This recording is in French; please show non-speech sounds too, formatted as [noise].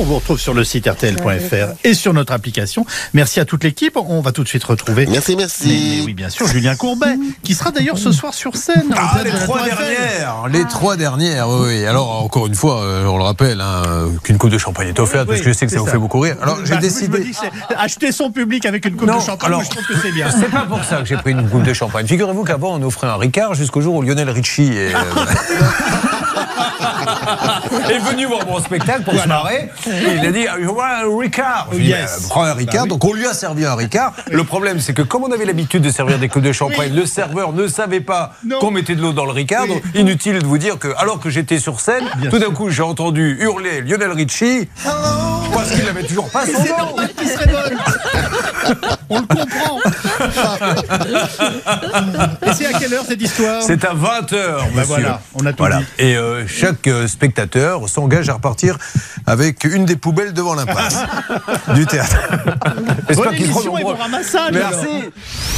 On vous retrouve sur le site rtl.fr et sur notre application. Merci à toute l'équipe. On va tout de suite retrouver. Merci, Mais, merci. mais oui, bien sûr, Julien Courbet, qui sera d'ailleurs ce soir sur scène. au Ah, théâtre les de la trois Tour Eiffel. dernières Ah. Les trois dernières, oui, oui. Alors, encore une fois, euh, on le rappelle, hein, euh, qu'une coupe de champagne est offerte, parce Oui, que je sais que c'est ça vous ça. fait beaucoup rire. Alors, Bah, j'ai moi, je me décidé... dis, c'est- acheter son public avec une coupe Non, de champagne, alors- je trouve que c'est bien. C'est pas pour ça que j'ai pris une coupe de champagne. Figurez-vous qu'avant, on offrait un Ricard jusqu'au jour où Lionel Richie est, euh, [laughs] est venu voir mon spectacle pour se marrer. Et il a dit Je vois un Ricard. Je lui ai dit, Yes. Bah, Prends un Ricard. Donc on lui a servi un Ricard. Le problème, c'est que comme on avait l'habitude de servir des coupes de champagne, le serveur ne savait pas Non. qu'on mettait de l'eau dans le Ricard. Oui. Donc, inutile de vous dire que, alors que j'étais sur scène, tout d'un coup, j'ai entendu hurler Lionel Richie parce qu'il n'avait toujours pas son C'est nom. normal qu'il serait bonne. On le [laughs] comprend. Et c'est à quelle heure cette histoire C'est à 20h, monsieur. Bah voilà, on a tout dit. Et euh, chaque euh, spectateur s'engage à repartir avec une des [laughs] poubelles devant l'impasse du théâtre. J'espère Bonne qu'ils émission seront et nombreux. bon ramassage. alors. Merci.